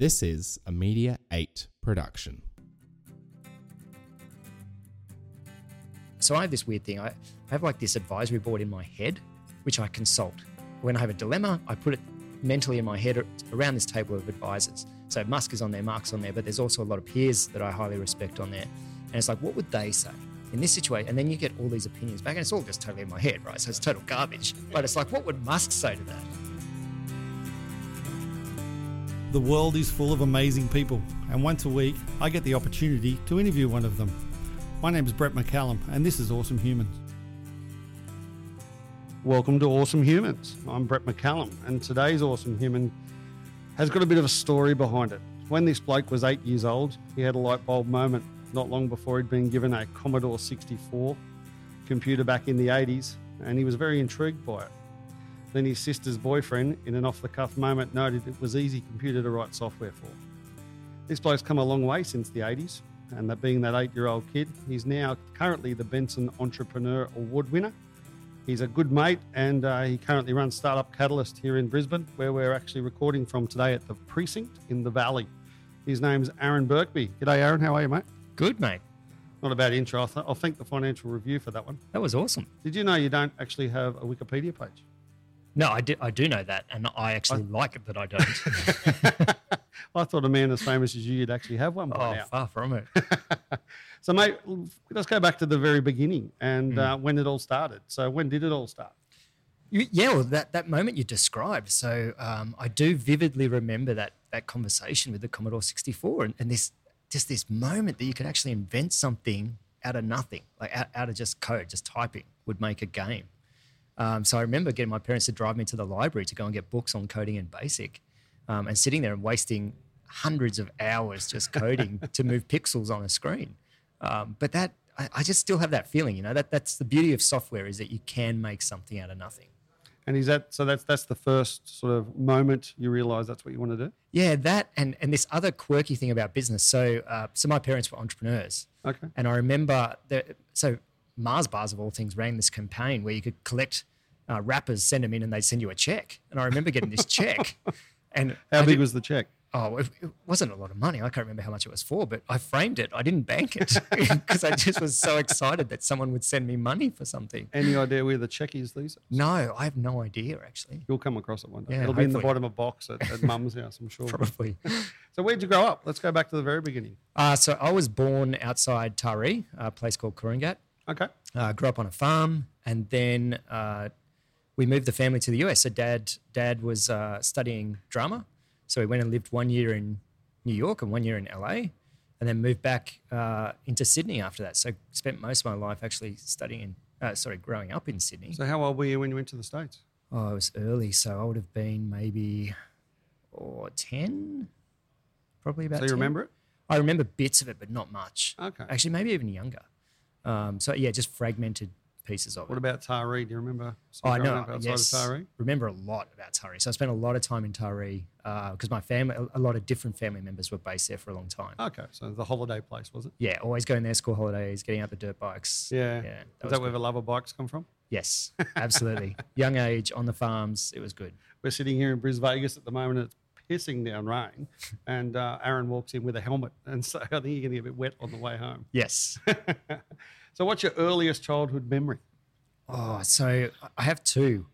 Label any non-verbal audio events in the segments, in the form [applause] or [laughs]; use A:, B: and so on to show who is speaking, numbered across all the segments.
A: This is a Media 8 production.
B: So I have this weird thing. I, I have like this advisory board in my head, which I consult. When I have a dilemma, I put it mentally in my head around this table of advisors. So Musk is on there, Mark's on there, but there's also a lot of peers that I highly respect on there. And it's like, what would they say in this situation? And then you get all these opinions back, and it's all just totally in my head, right? So it's total garbage. But it's like, what would Musk say to that?
C: The world is full of amazing people, and once a week I get the opportunity to interview one of them. My name's Brett McCallum, and this is Awesome Humans. Welcome to Awesome Humans. I'm Brett McCallum, and today's Awesome Human has got a bit of a story behind it. When this bloke was eight years old, he had a light bulb moment not long before he'd been given a Commodore 64 computer back in the 80s, and he was very intrigued by it. Then his sister's boyfriend, in an off the cuff moment, noted it was easy computer to write software for. This bloke's come a long way since the 80s, and that being that eight year old kid, he's now currently the Benson Entrepreneur Award winner. He's a good mate, and uh, he currently runs Startup Catalyst here in Brisbane, where we're actually recording from today at the precinct in the Valley. His name's Aaron Birkby. G'day, Aaron. How are you, mate?
B: Good, mate.
C: Not a bad intro. I'll, th- I'll thank the Financial Review for that one.
B: That was awesome.
C: Did you know you don't actually have a Wikipedia page?
B: No, I do, I do know that, and I actually like it that I don't.
C: [laughs] I thought a man as famous as you, you'd actually have one by
B: oh,
C: now.
B: far from it.
C: So, mate, l- let's go back to the very beginning
B: Hmm.
C: and uh, when it all started. So, when did it all start?
B: You, yeah, well, that, that moment you described. So um, I do vividly remember that that conversation with the Commodore 64 and, and this just this moment that you could actually invent something out of nothing, like out, out of just code, just typing would make a game. Um, so I remember getting my parents to drive me to the library to go and get books on coding and BASIC, um, and sitting there and wasting hundreds of hours just coding to move pixels on a screen. Um, but that I, I just still have that feeling, you know. That that's the beauty of software is that you can make something out of nothing.
C: And is that so? That's that's the first sort of moment you realise that's what you want to do.
B: Yeah, that and and this other quirky thing about business. So, uh, so my parents were entrepreneurs,
C: Okay.
B: and I remember that. So Mars bars of all things ran this campaign where you could collect uh, rappers, send them in, and they'd send you a check. And I remember getting this
C: [laughs]
B: check, and I
C: How big
B: did-
C: was the check?
B: oh, it, it wasn't a lot of money. I can't remember how much it was for, but I framed it. I didn't bank it [laughs] because I just was so excited that someone would send me money for something.
C: Any idea where the check is? These
B: No, I have no idea
C: [laughs]
B: actually.
C: you'll come across it one day.
B: Yeah,
C: It'll be in the
B: hopefully.
C: bottom of a box
B: [laughs]
C: at, at Mum's house, I'm sure.
B: Probably.
C: So, where'd you grow up? Let's go back to the very beginning.
B: Uh, so I was born outside Taree, a place called Coringat.
C: Okay.
B: uh, grew up on a farm, and then uh, we moved the family to the US. So dad, dad was uh, studying drama, so he went and lived one year in New York and one year in LA, and then moved back uh, into Sydney after that. So spent most of my life actually studying in, uh, sorry, growing up in Sydney.
C: So, how old were you when you went to the states?
B: Oh, I was early, so I would have been maybe or ten, probably about.
C: So you
B: 10.
C: remember it?
B: I remember bits of it, but not much.
C: Okay.
B: Actually, maybe even younger. Um, so yeah, just fragmented pieces of it.
C: What about Taree? Do you remember?
B: Oh, I
C: growing
B: know.
C: up outside
B: Yes,
C: of Taree?
B: remember a lot about Taree. So I spent a lot of time in Taree because my family, a lot of different family members were based there for a long time.
C: Okay. So the holiday place was it?
B: Yeah, always going there, school holidays, getting out the dirt bikes. yeah.
C: Yeah.
B: that
C: Is
B: was
C: that
B: good.
C: where the lover bikes come from?
B: yes,
C: [laughs]
B: absolutely. Young age on the farms, it was good.
C: We're sitting here in Bris Vegas at the moment. and It's pissing down rain, and uh, Aaron walks in with a helmet, and so [laughs] I think you're going to get a bit wet on the way home.
B: Yes.
C: so, what's your earliest childhood memory?
B: Oh, so I have two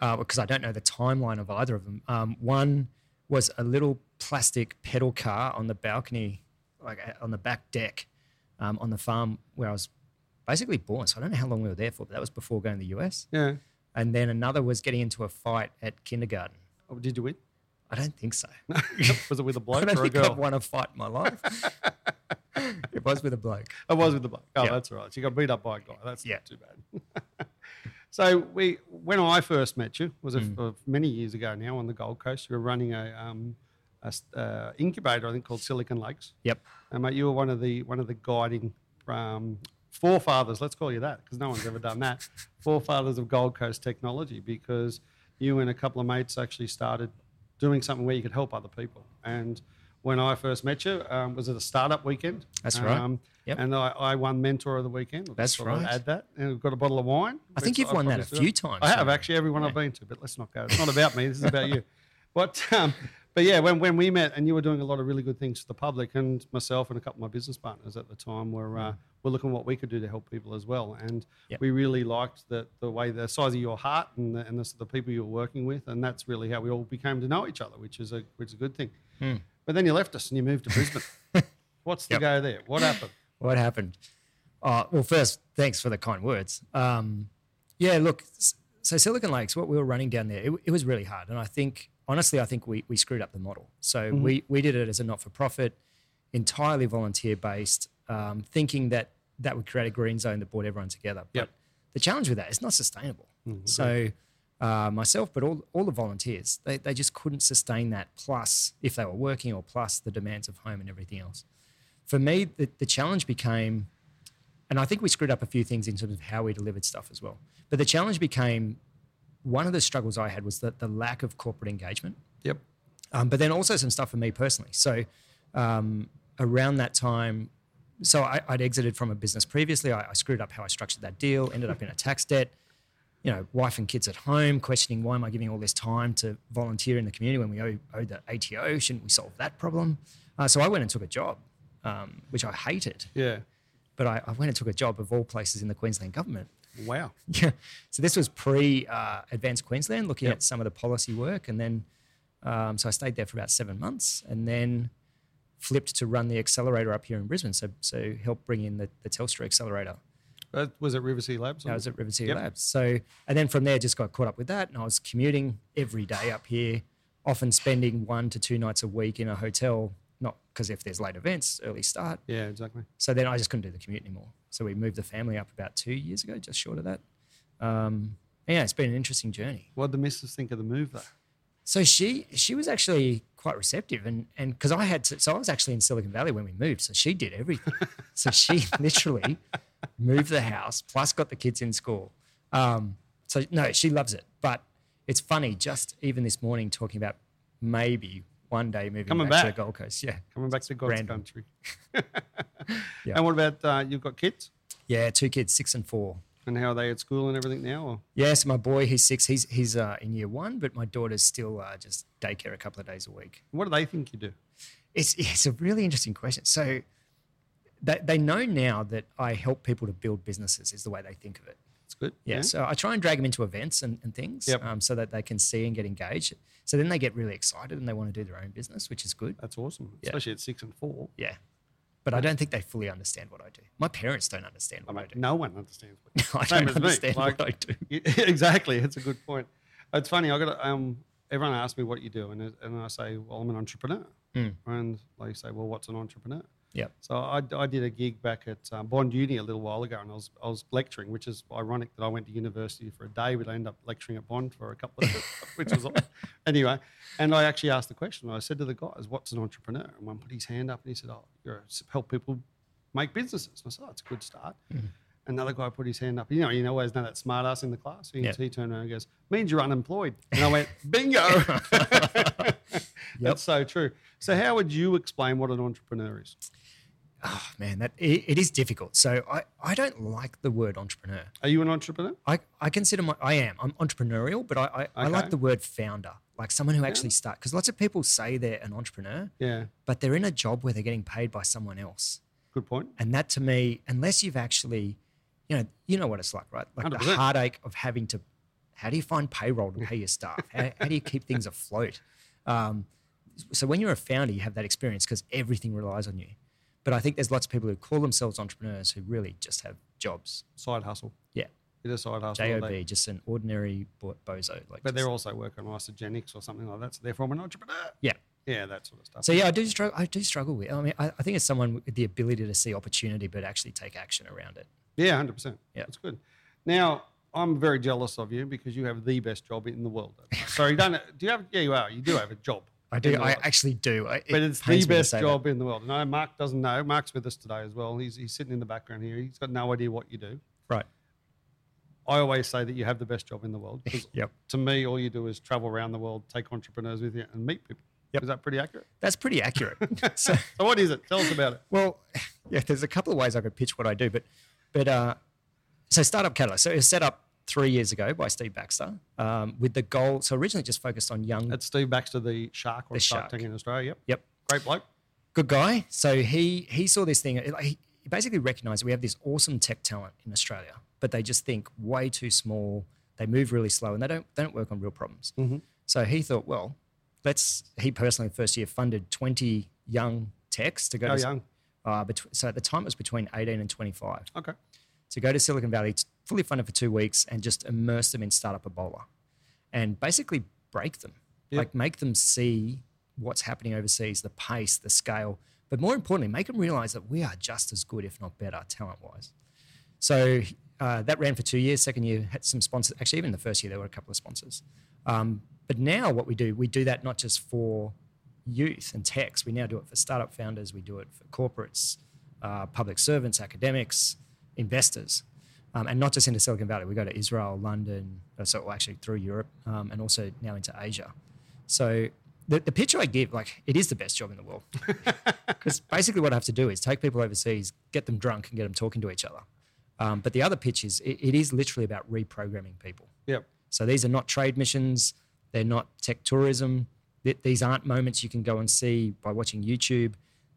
B: because I don't know the timeline of either of them. Um, one was a little plastic pedal car on the balcony, like uh, on the back deck um, on the farm where I was basically born. So I don't know how long we were there for, but that was before going to the US.
C: Yeah,
B: And then another was getting into a fight at kindergarten.
C: oh, did you win? [laughs]
B: I don't think so. [laughs]
C: was it with a
B: I
C: bloke
B: don't
C: or a
B: think I've
C: girl?
B: won a fight in my life. [laughs] it was with a bloke.
C: It was with the bloke. Oh,
B: Yeah.
C: that's all right. So you got beat up by a guy. That's
B: Yeah.
C: not too bad. [laughs] so we, when I first met you, was a f- of many years ago now on the Gold Coast. You were running a, um, a s- uh, incubator, I think, called Silicon Lakes.
B: Yep.
C: And mate, you were one of the one of the guiding um, forefathers. Let's call you that because no one's ever done
B: [laughs]
C: that. Forefathers of Gold Coast technology because you and a couple of mates actually started doing something where you could help other people. And when I first met you, um, was it a startup weekend?
B: That's right.
C: Um,
B: Yep.
C: And I, I won mentor of the weekend. I'll
B: That's
C: just sort of
B: right.
C: Add that, and we've got a bottle of wine.
B: I think
C: which
B: you've won that a
C: promised you.
B: few times,
C: I have
B: haven't you? [laughs]
C: actually everyone I've been to, but let's not go. It's not about me. This is about you. But um, But yeah, when, when we met and you were doing a lot of really good things for the public, and myself and a couple of my business partners at the time were uh, were looking what we could do to help people as well. And
B: Mm. Yep.
C: we really liked the, the way the size of your heart and the, and the, the people you were working with, and that's really how we all became to know each other, which is a which is a good thing. But then you left us and you moved to
B: [laughs]
C: Brisbane. What's the
B: Mm. Yep.
C: go there? What happened?
B: What happened? Uh, well, first, thanks for the kind words. Um, yeah, look, s- so Silicon Lakes, what we were running down there, it, it was really hard. And I think, honestly, I think we, we screwed up the model. So we, we did it as a not for profit, entirely volunteer based, um, thinking that that would create a green zone that brought everyone together.
C: Yep.
B: But the challenge with that, it's not sustainable. So uh, myself, but all, all the volunteers, they, they just couldn't sustain that, plus if they were working or plus the demands of home and everything else for me, the, the challenge became, and I think we screwed up a few things in terms of how we delivered stuff as well. But the challenge became one of the struggles I had was that the lack of corporate engagement,
C: Yep.
B: um, but then also some stuff for me personally. So um, around that time, so I, I'd exited from a business previously. I, I screwed up how I structured that deal, ended up in a tax debt. You know, wife and kids at home, questioning why am I giving all this time to volunteer in the community when we owe, owe the ATO? Shouldn't we solve that problem? Uh, so I went and took a job, um, which I hated,
C: Yeah.
B: but I, I went and took a job of all places in the Queensland government. [laughs]
C: Wow.
B: Yeah. So this was pre uh, Advanced Queensland, looking
C: Yep.
B: at some of the policy work, and then um, so I stayed there for about seven months, and then flipped to run the accelerator up here in Brisbane. So so helped bring in the, the Telstra accelerator.
C: That was at River City Labs.
B: I was at River City
C: Yep.
B: Labs. So and then from there just got caught up with that, and I was commuting every day up here, often spending one to two nights a week in a hotel. Not because if there's late events, early start.
C: yeah, exactly.
B: So then I just couldn't do the commute anymore. So we moved the family up about two years ago, just short of that. Um, yeah, it's been an interesting journey.
C: What would the missus think of the move though?
B: So she she was actually quite receptive, and and because I had to, so I was actually in Silicon Valley when we moved, so she did
C: [laughs]
B: everything. so she [laughs] literally moved the house, plus got the kids in school. Um, so no, she loves it. But it's funny, just even this morning talking about maybe one day moving
C: Coming
B: back, to
C: back.
B: the Gold Coast. Yeah,
C: Coming back to God's
B: random.
C: country.
B: [laughs] Yeah.
C: And what about uh, you've got kids?
B: yeah, two kids, six and four.
C: And how are they at school and everything now? Or?
B: Yeah, so my boy, he's six. He's he's uh, in year one, but my daughter's still uh, just daycare a couple of days a week.
C: What do they think you do?
B: It's it's a really interesting question. So they they know now that I help people to build businesses is the way they think of it.
C: It's good.
B: Yeah. So I try and drag them into events and, and things
C: Mm-hmm. Yep.
B: um, so that they can see and get engaged. So then they get really excited and they want to do their own business, which is good.
C: That's awesome,
B: Yeah.
C: especially at six and four.
B: Yeah. But I don't think they fully understand what I do. My parents don't understand
C: I
B: what I,
C: mean, no one understands.
B: [laughs]
C: What
B: do. I
C: Same
B: don't
C: as me,
B: understand
C: like-
B: what I do.
C: [laughs] Yeah, exactly. It's a good point. It's funny. I got um. Everyone asks me what you do, and and I say, well, I'm an entrepreneur.
B: Mm.
C: And they say, well, what's an entrepreneur?
B: Yep.
C: So I, I did a gig back at um, Bond Uni a little while ago, and I was I was lecturing, which is ironic that I went to university for a day, but I ended up lecturing at Bond for a couple of, [laughs] which was anyway. And I actually asked the question. I said to the guys, "What's an entrepreneur?" And one put his hand up and he said, "Oh, you help people make businesses." And I said, "Oh, it's a good start." Another guy put his hand up. You know, you always know that smart ass in the class. He,
B: Yeah.
C: he turned around and goes, "Means you're unemployed." And I went, "Bingo." [laughs] That's so true. So, how would you explain what an entrepreneur is?
B: Oh man, that it, it is difficult. So I, I don't like the word entrepreneur.
C: Are you an entrepreneur?
B: I, I consider my I am I'm entrepreneurial, but I I, I
C: Okay.
B: like the word founder, like someone who actually start because lots of people say they're an entrepreneur,
C: Yeah,
B: but they're in a job where they're getting paid by someone else,
C: good point.
B: and that to me, unless you've actually, you know, you know what it's like, right? Like
C: 100%.
B: the heartache of having to, how do you find payroll to pay your
C: [laughs]
B: staff? how, how do you keep things afloat? Um, so when you're a founder, you have that experience because everything relies on you. But I think there's lots of people who call themselves entrepreneurs who really just have jobs.
C: Side hustle.
B: Yeah.
C: It is side hustle. all day.
B: JOB, just an ordinary bo- bozo. Like
C: But
B: just-
C: they're also working on isogenics or something like that. So, therefore, I'm an entrepreneur.
B: yeah.
C: Yeah, that sort of stuff.
B: So yeah, I do struggle. I do struggle with. I mean, I, I think it's someone with the ability to see opportunity, but actually take action around it.
C: yeah, 100%.
B: Yeah.
C: That's good. Now, I'm very jealous of you because you have the best job in the world. so, you don't, do you have, yeah, you are. You do have a job.
B: I
C: in
B: do.
C: the
B: I
C: world.
B: actually do. I,
C: uh, but
B: it
C: it's the
B: pains me to
C: best
B: say that.
C: job in the world. No, Mark doesn't know. Mark's with us today as well. He's, he's sitting in the background here. He's got no idea what you do.
B: Right.
C: I always say that you have the best job in the world 'cause
B: Yep.
C: to me, all you do is travel around the world, take entrepreneurs with you, and meet people.
B: Yep.
C: Is that pretty accurate?
B: That's pretty accurate. so
C: So, what is it? Tell us about it.
B: [laughs] well, yeah. There's a couple of ways I could pitch what I do, but but uh, so startup catalyst. So it was set up three years ago by Steve Baxter um, with the goal. So originally just focused on young.
C: That's Steve Baxter, the shark or
B: The
C: shark,
B: shark.
C: tank in Australia. Yep.
B: yep.
C: Great bloke.
B: good guy. So he he saw this thing. like, He basically recognised we have this awesome tech talent in Australia, but they just think way too small. They move really slow, and they don't they don't work on real problems.
C: Mm-hmm.
B: So he thought, well, let's. He personally first year funded twenty young techs to go.
C: How
B: to,
C: young?
B: Uh, betw- so at the time it was between eighteen and twenty five
C: Okay.
B: to go to Silicon Valley, t- fully funded for two weeks, and just immerse them in startup Ebola, and basically break them,
C: Yeah.
B: like make them see what's happening overseas, the pace, the scale, but more importantly, make them realize that we are just as good, if not better, talent wise. So uh, that ran for two years. Second year had some sponsors. Actually, even the first year there were a couple of sponsors. Um, but now what we do, we do that not just for youth and techs. We now do it for startup founders. We do it for corporates, uh, public servants, academics, investors, um, and not just into Silicon Valley. We go to Israel, London, uh, so well, actually through Europe, um, and also now into Asia. So the, the pitch I give, like it is the best job in the world, because basically what I have to do is take people overseas, get them drunk, and get them talking to each other. Um, but the other pitch is it, it is literally about reprogramming people.
C: Yep.
B: So these are not trade missions. They're not tech tourism. Th- These aren't moments you can go and see by watching YouTube.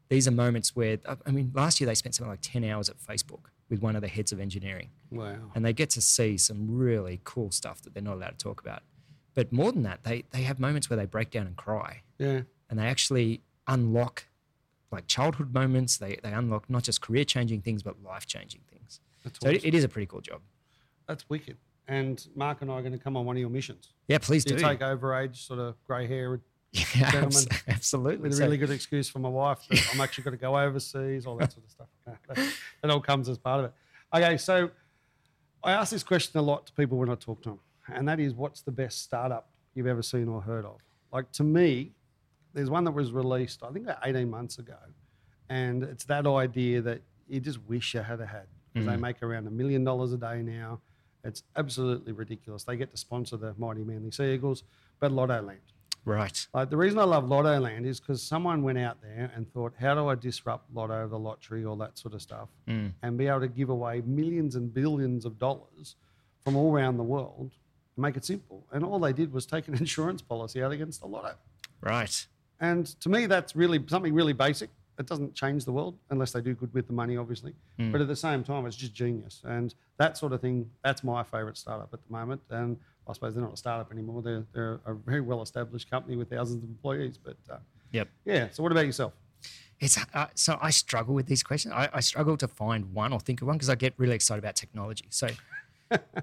B: These are moments where, I- I mean, last year they spent something like 10 hours at Facebook with one of the heads of engineering,
C: Wow.
B: and they get to see some really cool stuff that they're not allowed to talk about. But more than that, they, they have moments where they break down and cry,
C: Yeah.
B: and they actually unlock like childhood moments. They, they unlock not just career changing things, but life changing things.
C: That's
B: So it, it is a pretty cool job.
C: That's wicked. And Mark and I are going to come on one of your missions.
B: Yeah, please
C: You
B: do.
C: take over age, sort of grey hair,
B: [laughs] Yeah, abs-
C: gentlemen.
B: absolutely.
C: with a
B: So-
C: really good excuse for my wife that I'm actually going to go overseas, all that sort of stuff. Nah, that, that all comes as part of it. Okay, so I ask this question a lot to people when I talk to them, and that is what's the best startup you've ever seen or heard of? Like to me, there's one that was released, I think, about 18 months ago, and it's that idea that you just wish you had had. 'cause They make around a million dollars a day now. It's absolutely ridiculous. They get to sponsor the Mighty Manly Sea Eagles, but Lotto Land.
B: Right.
C: Like the reason I love Lotto Land is because someone went out there and thought, how do I disrupt Lotto, the lottery, all that sort of stuff, and be able to give away millions and billions of dollars from all around the world and make it simple. And all they did was take an [laughs] insurance policy out against the Lotto.
B: Right.
C: And to me, that's really something really basic. It doesn't change the world unless they do good with the money, obviously. But at the same time, it's just genius. And that sort of thing, that's my favorite startup at the moment. And I suppose they're not a startup anymore. They're, they're a very well established company with thousands of employees. But uh,
B: Yep.
C: yeah, so what about yourself?
B: It's uh, so I struggle with these questions. I, I struggle to find one or think of one because I get really excited about technology. So,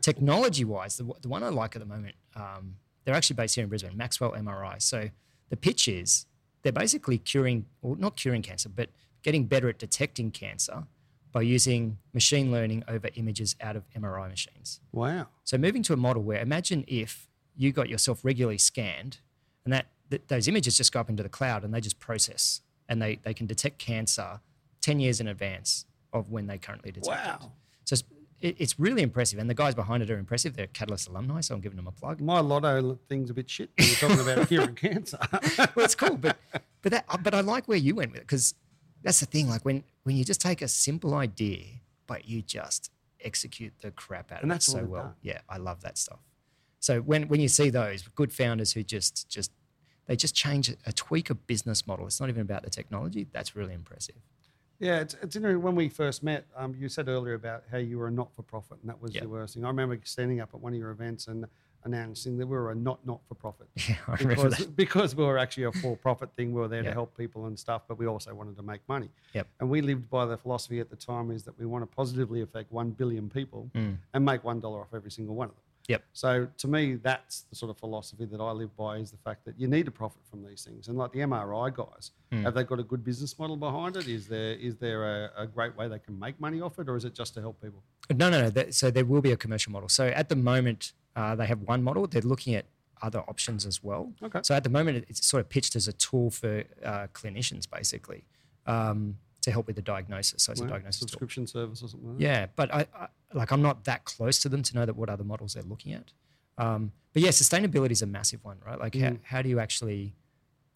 B: technology-wise, the, w- the one I like at the moment, um, they're actually based here in Brisbane, Maxwell MRI. So the pitch is they're basically curing, or not curing cancer, but getting better at detecting cancer by using machine learning over images out of MRI machines.
C: Wow.
B: So moving to a model where imagine if you got yourself regularly scanned and that, that those images just go up into the cloud and they just process and they, they can detect cancer 10 years in advance of when they currently detect it.
C: Wow.
B: So it's, it, it's really impressive. And the guys behind it are impressive. They're Catalyst alumni, so I'm giving them a plug.
C: My lotto thing's a bit shit. when You're talking about [laughs] curing cancer.
B: well, it's cool, but but that uh, but I like where you went with it because that's the thing. Like when when you just take a simple idea, but you just execute the crap out
C: And
B: of
C: that's
B: it
C: what
B: so
C: we've
B: well.
C: done.
B: Yeah, I love that stuff. So when when you see those good founders who just just they just change a tweak of business model. It's not even about the technology. That's really impressive. [laughs]
C: Yeah, it's, it's interesting. When we first met, um, you said earlier about how you were a not for profit, and that was
B: Yeah.
C: the worst thing. I remember standing up at one of your events and announcing that we were a not not for profit.
B: Yeah, [laughs] I remember
C: Because,
B: that.
C: because we were actually a for profit thing, we were there to
B: Yeah.
C: help people and stuff, but we also wanted to make money.
B: Yep.
C: And we lived by the philosophy at the time is that we want to positively affect 1 billion people
B: Mm.
C: and make $1 off every single one of them.
B: Yep.
C: So to me, that's the sort of philosophy that I live by is the fact that you need to profit from these things. And like the MRI guys,
B: Hmm.
C: have they got a good business model behind it? Is there is there a, a great way they can make money off it, or is it just to help people?
B: No, no, no. That, so there will be a commercial model. So at the moment, uh, they have one model. They're looking at other options as well.
C: Okay.
B: So at the moment, it- it's sort of pitched as a tool for uh, clinicians, basically, um, to help with the diagnosis. So it's a
C: Right?
B: diagnosis tool.
C: Subscription service or something like that?
B: Yeah, but I, I like I'm not that close to them to know that what other models they're
C: Mm.
B: looking at. Um, but yeah, sustainability is a massive one, right? Like how, how do you actually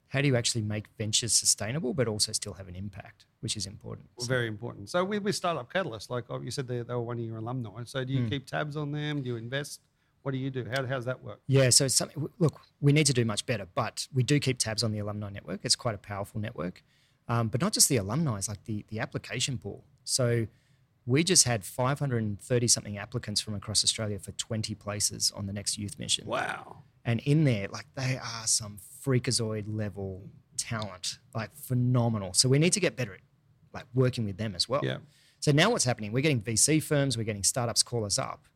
B: how do you actually make ventures sustainable but also still have an impact, which is important.
C: Well, very important. So with, with Startup Catalyst, like oh, you said, they, they were one of your alumni. So
B: Hmm.
C: do you keep tabs on them? Do you invest? What do you do? How how's that work?
B: Yeah, so it's something. w- Look, we need to do much better, but we do keep tabs on the alumni network. It's quite a powerful network, um, but not just the alumni. It's like the the application pool. So we just had 530 something applicants from across Australia for 20 places on the next youth mission,
C: Wow.
B: and in there, like they are some freakazoid level talent, like phenomenal. So we need to get better at like working with them as well.
C: Yeah.
B: So now what's happening? We're getting VC firms, we're getting startups call us up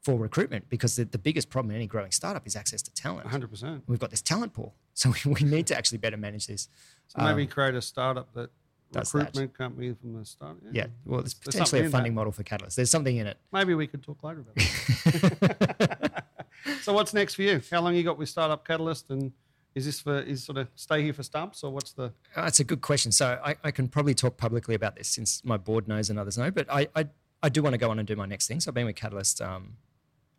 B: for recruitment because the, the biggest problem in any growing startup is access to talent.
C: 100%.
B: We've got this talent pool. [laughs] So we, we need to actually better manage this.
C: So maybe create a startup that
B: Um, does that.
C: recruitment company from the start.
B: Yeah. Well, it's
C: There's
B: potentially
C: something
B: a
C: in that.
B: funding model for Catalyst. There's something in it.
C: Maybe we could talk later about [laughs]
B: [laughs]
C: that. so what's next for you? How long you got with Startup Catalyst and is this for is sort of stay here for stumps or what's the
B: Uh, That's a good question. So I, I can probably talk publicly about this since my board knows and others know, but I, I, I do want to go on and do my next thing. So I've been with Catalyst um,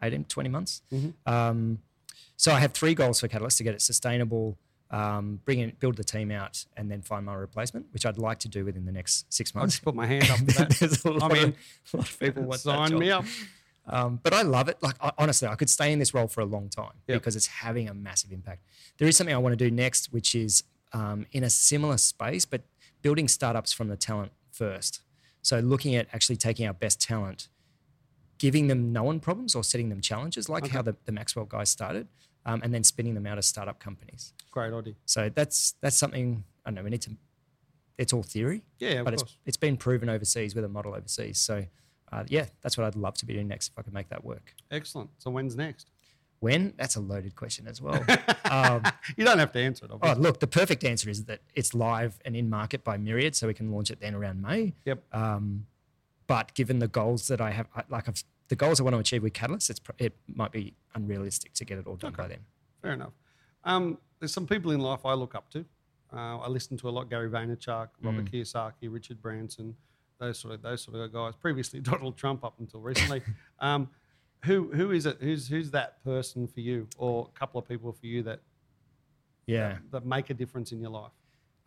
B: 18, 20 months.
C: Mm-hmm.
B: Um, so I have three goals for Catalyst to get it sustainable, um, bring in, build the team out, and then find my replacement, which I'd like to do within the next six
C: I'll
B: months.
C: just put my
B: [laughs]
C: hand up for that.
B: There's a lot,
C: mean,
B: of, a lot of people want that
C: Sign
B: job.
C: me up.
B: Um, but I love it. Like I, honestly, I could stay in this role for a long time
C: Yep.
B: because it's having a massive impact. There is something I want to do next, which is um, in a similar space, but building startups from the talent first. So looking at actually taking our best talent, giving them known problems or setting them challenges, like how the, the Maxwell guys started, um, and then spinning them out as startup companies.
C: Great idea.
B: So that's that's something I don't know. We need to. It's all theory,
C: Yeah, of
B: but it's
C: course.
B: it's been proven overseas with a model overseas. So, uh, yeah, that's what I'd love to be doing next if I could make that work.
C: Excellent. So when's next?
B: When? That's a loaded question as
C: [laughs]
B: well. um,
C: You don't have to answer it,
B: oh,
C: obviously.
B: look, the perfect answer is that it's live and in market by Myriad, so we can launch it then around May.
C: Yep.
B: Um, but given the goals that I have, I- like I've, the goals I want to achieve with Catalyst, it's, pr- it might be unrealistic to get it all done by then.
C: Fair enough. Um, there's some people in life I look up to. Uh, I listen to a lot Gary Vaynerchuk, Robert
B: Mm.
C: Kiyosaki, Richard Branson, those sort of those sort of guys. Previously [laughs] Donald Trump up until
B: [laughs]
C: recently. um, who who is it? Who's who's that person for you, or a couple of people for you that
B: Yeah.
C: that make a difference in your life?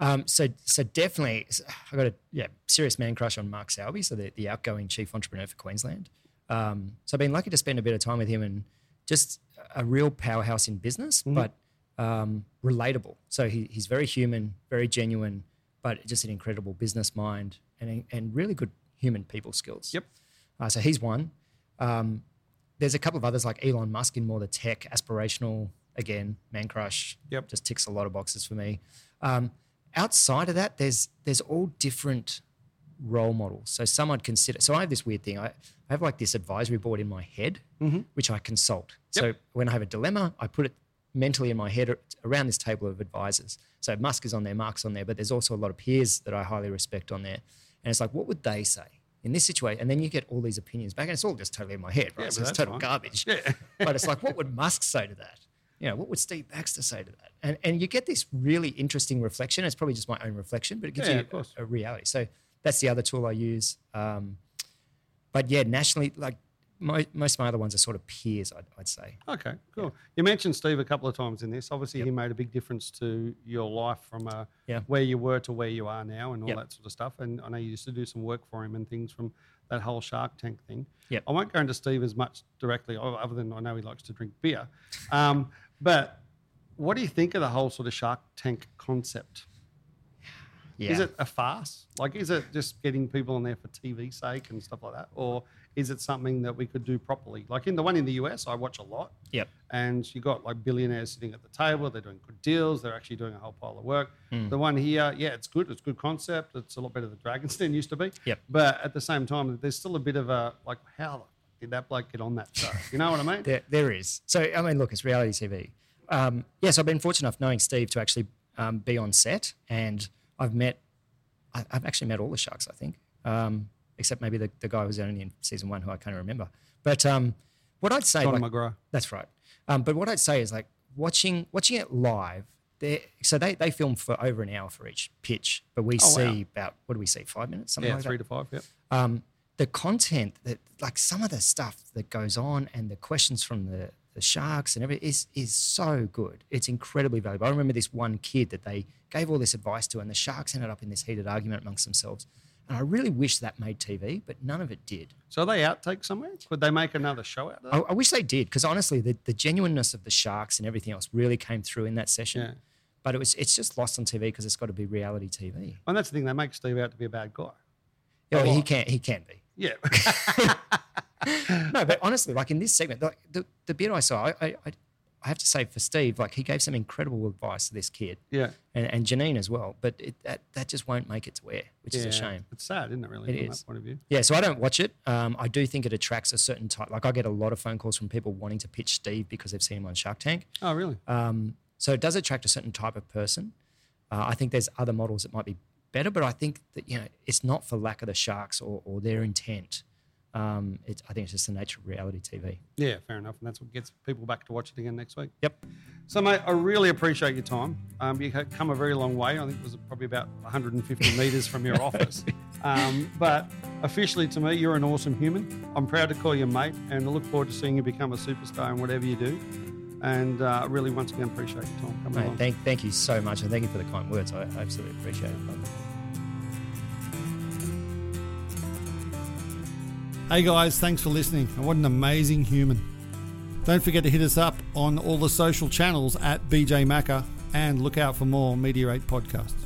B: Um, so, so definitely, I got a yeah serious man crush on Mark Salby, so the, the outgoing chief entrepreneur for Queensland. Um, so I've been lucky to spend a bit of time with him and just a real powerhouse in business, but um, relatable. So he, he's very human, very genuine, but just an incredible business mind and and really good human people skills.
C: Yep.
B: Uh, so he's one. Um, there's a couple of others like Elon Musk in more the tech aspirational again man crush.
C: Yep.
B: Just ticks a lot of boxes for me. Um, outside of that, there's there's all different role models. So some I'd consider. So I have this weird thing. I, I have like this advisory board in my head,
C: Mm-hmm.
B: which I consult. So when I have a dilemma, I put it mentally in my head ar- around this table of advisors. So Musk is on there, Mark's on there, but there's also a lot of peers that I highly respect on there. And it's like, what would they say in this situation? And then you get all these opinions back, and it's all just totally in my head, right?
C: Yeah,
B: so it's
C: but that's
B: total
C: fine.
B: garbage.
C: Yeah.
B: [laughs] but it's like, what would Musk say to that? You know, what would Steve Baxter say to that? And and you get this really interesting reflection. It's probably just my own reflection, but it gives
C: Yeah,
B: you
C: of course.
B: a, a reality. So that's the other tool I use. Um, but yeah, nationally, like mo- most of my other ones are sort of peers, I'd, I'd say.
C: Okay, cool. You mentioned Steve a couple of times in this. Obviously, he made a big difference to your life from uh,
B: Yeah.
C: where you were to where you are now and all
B: Yep.
C: that sort of stuff. And I know you used to do some work for him and things from that whole Shark Tank thing.
B: Yep.
C: I won't go into Steve as much directly, o- other than I know he likes to drink beer. Um, but what do you think of the whole sort of Shark Tank concept?
B: Yeah.
C: Is it a farce? Like, is it just getting people on there for TV sake and stuff like that? Or is it something that we could do properly? Like in the one in the US, I watch a lot
B: Yep.
C: and you got like billionaires sitting at the table. They're doing good deals. They're actually doing a whole pile of work.
B: Hmm.
C: The one here, yeah, it's good. It's good concept. It's a lot better than Dragon's Den used to be.
B: Yep.
C: But at the same time, there's still a bit of a like, how the fuck did that bloke get on that show? You know what I
B: [laughs]
C: mean?
B: There, there is. So, I mean, look, it's reality TV. Um, yes, I've been fortunate enough knowing Steve to actually um, be on set, and I've met, I, I've actually met all the sharks, I think, um, except maybe the, the guy who was only in season one who I can't remember. But um, what I'd say,
C: John
B: like,
C: McGraw.
B: That's right. Um, but what I'd say is like watching watching it live. They so they they film for over an hour for each pitch, but we
C: Oh, wow.
B: see about what do we see five minutes something
C: Yeah,
B: like
C: three
B: that.
C: to five. Yep.
B: Um, the content that like some of the stuff that goes on and the questions from the the sharks and everything is is so good. It's incredibly valuable. I remember this one kid that they gave all this advice to, and the sharks ended up in this heated argument amongst themselves. And I really wish that made TV, but none of it did.
C: So are they outtake somewhere? Could they make another show out of that?
B: I, I wish they did because honestly, the, the genuineness of the sharks and everything else really came through in that session.
C: Yeah.
B: But it was it's just lost on TV because it's got to be reality TV.
C: And that's the thing, they make Steve out to be a bad guy.
B: Yeah, well, Oh, he
C: lot.
B: can he can be.
C: Yeah. [laughs]
B: No, but honestly, like in this segment, like the, the bit I saw, I, I I- I have to say for Steve, like he gave some incredible advice to this kid
C: yeah.
B: and, and Janine as well. But it, that that just won't make it to air, which is
C: Yeah.
B: a shame.
C: It's sad, isn't it, really,
B: It
C: from
B: is.
C: that point of view?
B: Yeah, so I don't watch it. Um, I do think it attracts a certain type. Like I get a lot of phone calls from people wanting to pitch Steve because they've seen him on Shark Tank.
C: Oh, really?
B: Um, so it does attract a certain type of person. Uh, I think there's other models that might be better, but I think that you know it's not for lack of the sharks or, or their intent. Um, it's I think it's just the nature of reality TV.
C: Yeah, fair enough. And that's what gets people back to watch it again next week.
B: Yep.
C: So, mate, I really appreciate your time. Um, you have come a very long way. I think it was probably about
B: [laughs]
C: 150 meters from your office. Um, but officially, to me, you're an awesome human. I'm proud to call you mate, and I look forward to seeing you become a superstar in whatever you do. And uh, I really, once again, appreciate your time coming
B: Mate,
C: along.
B: thank thank you so much, and thank you for the kind words. I absolutely appreciate it. brother.
C: Hey guys, thanks for listening. And what an amazing human. Don't forget to hit us up on all the social channels at BJ Macker and look out for more Meteorate podcasts.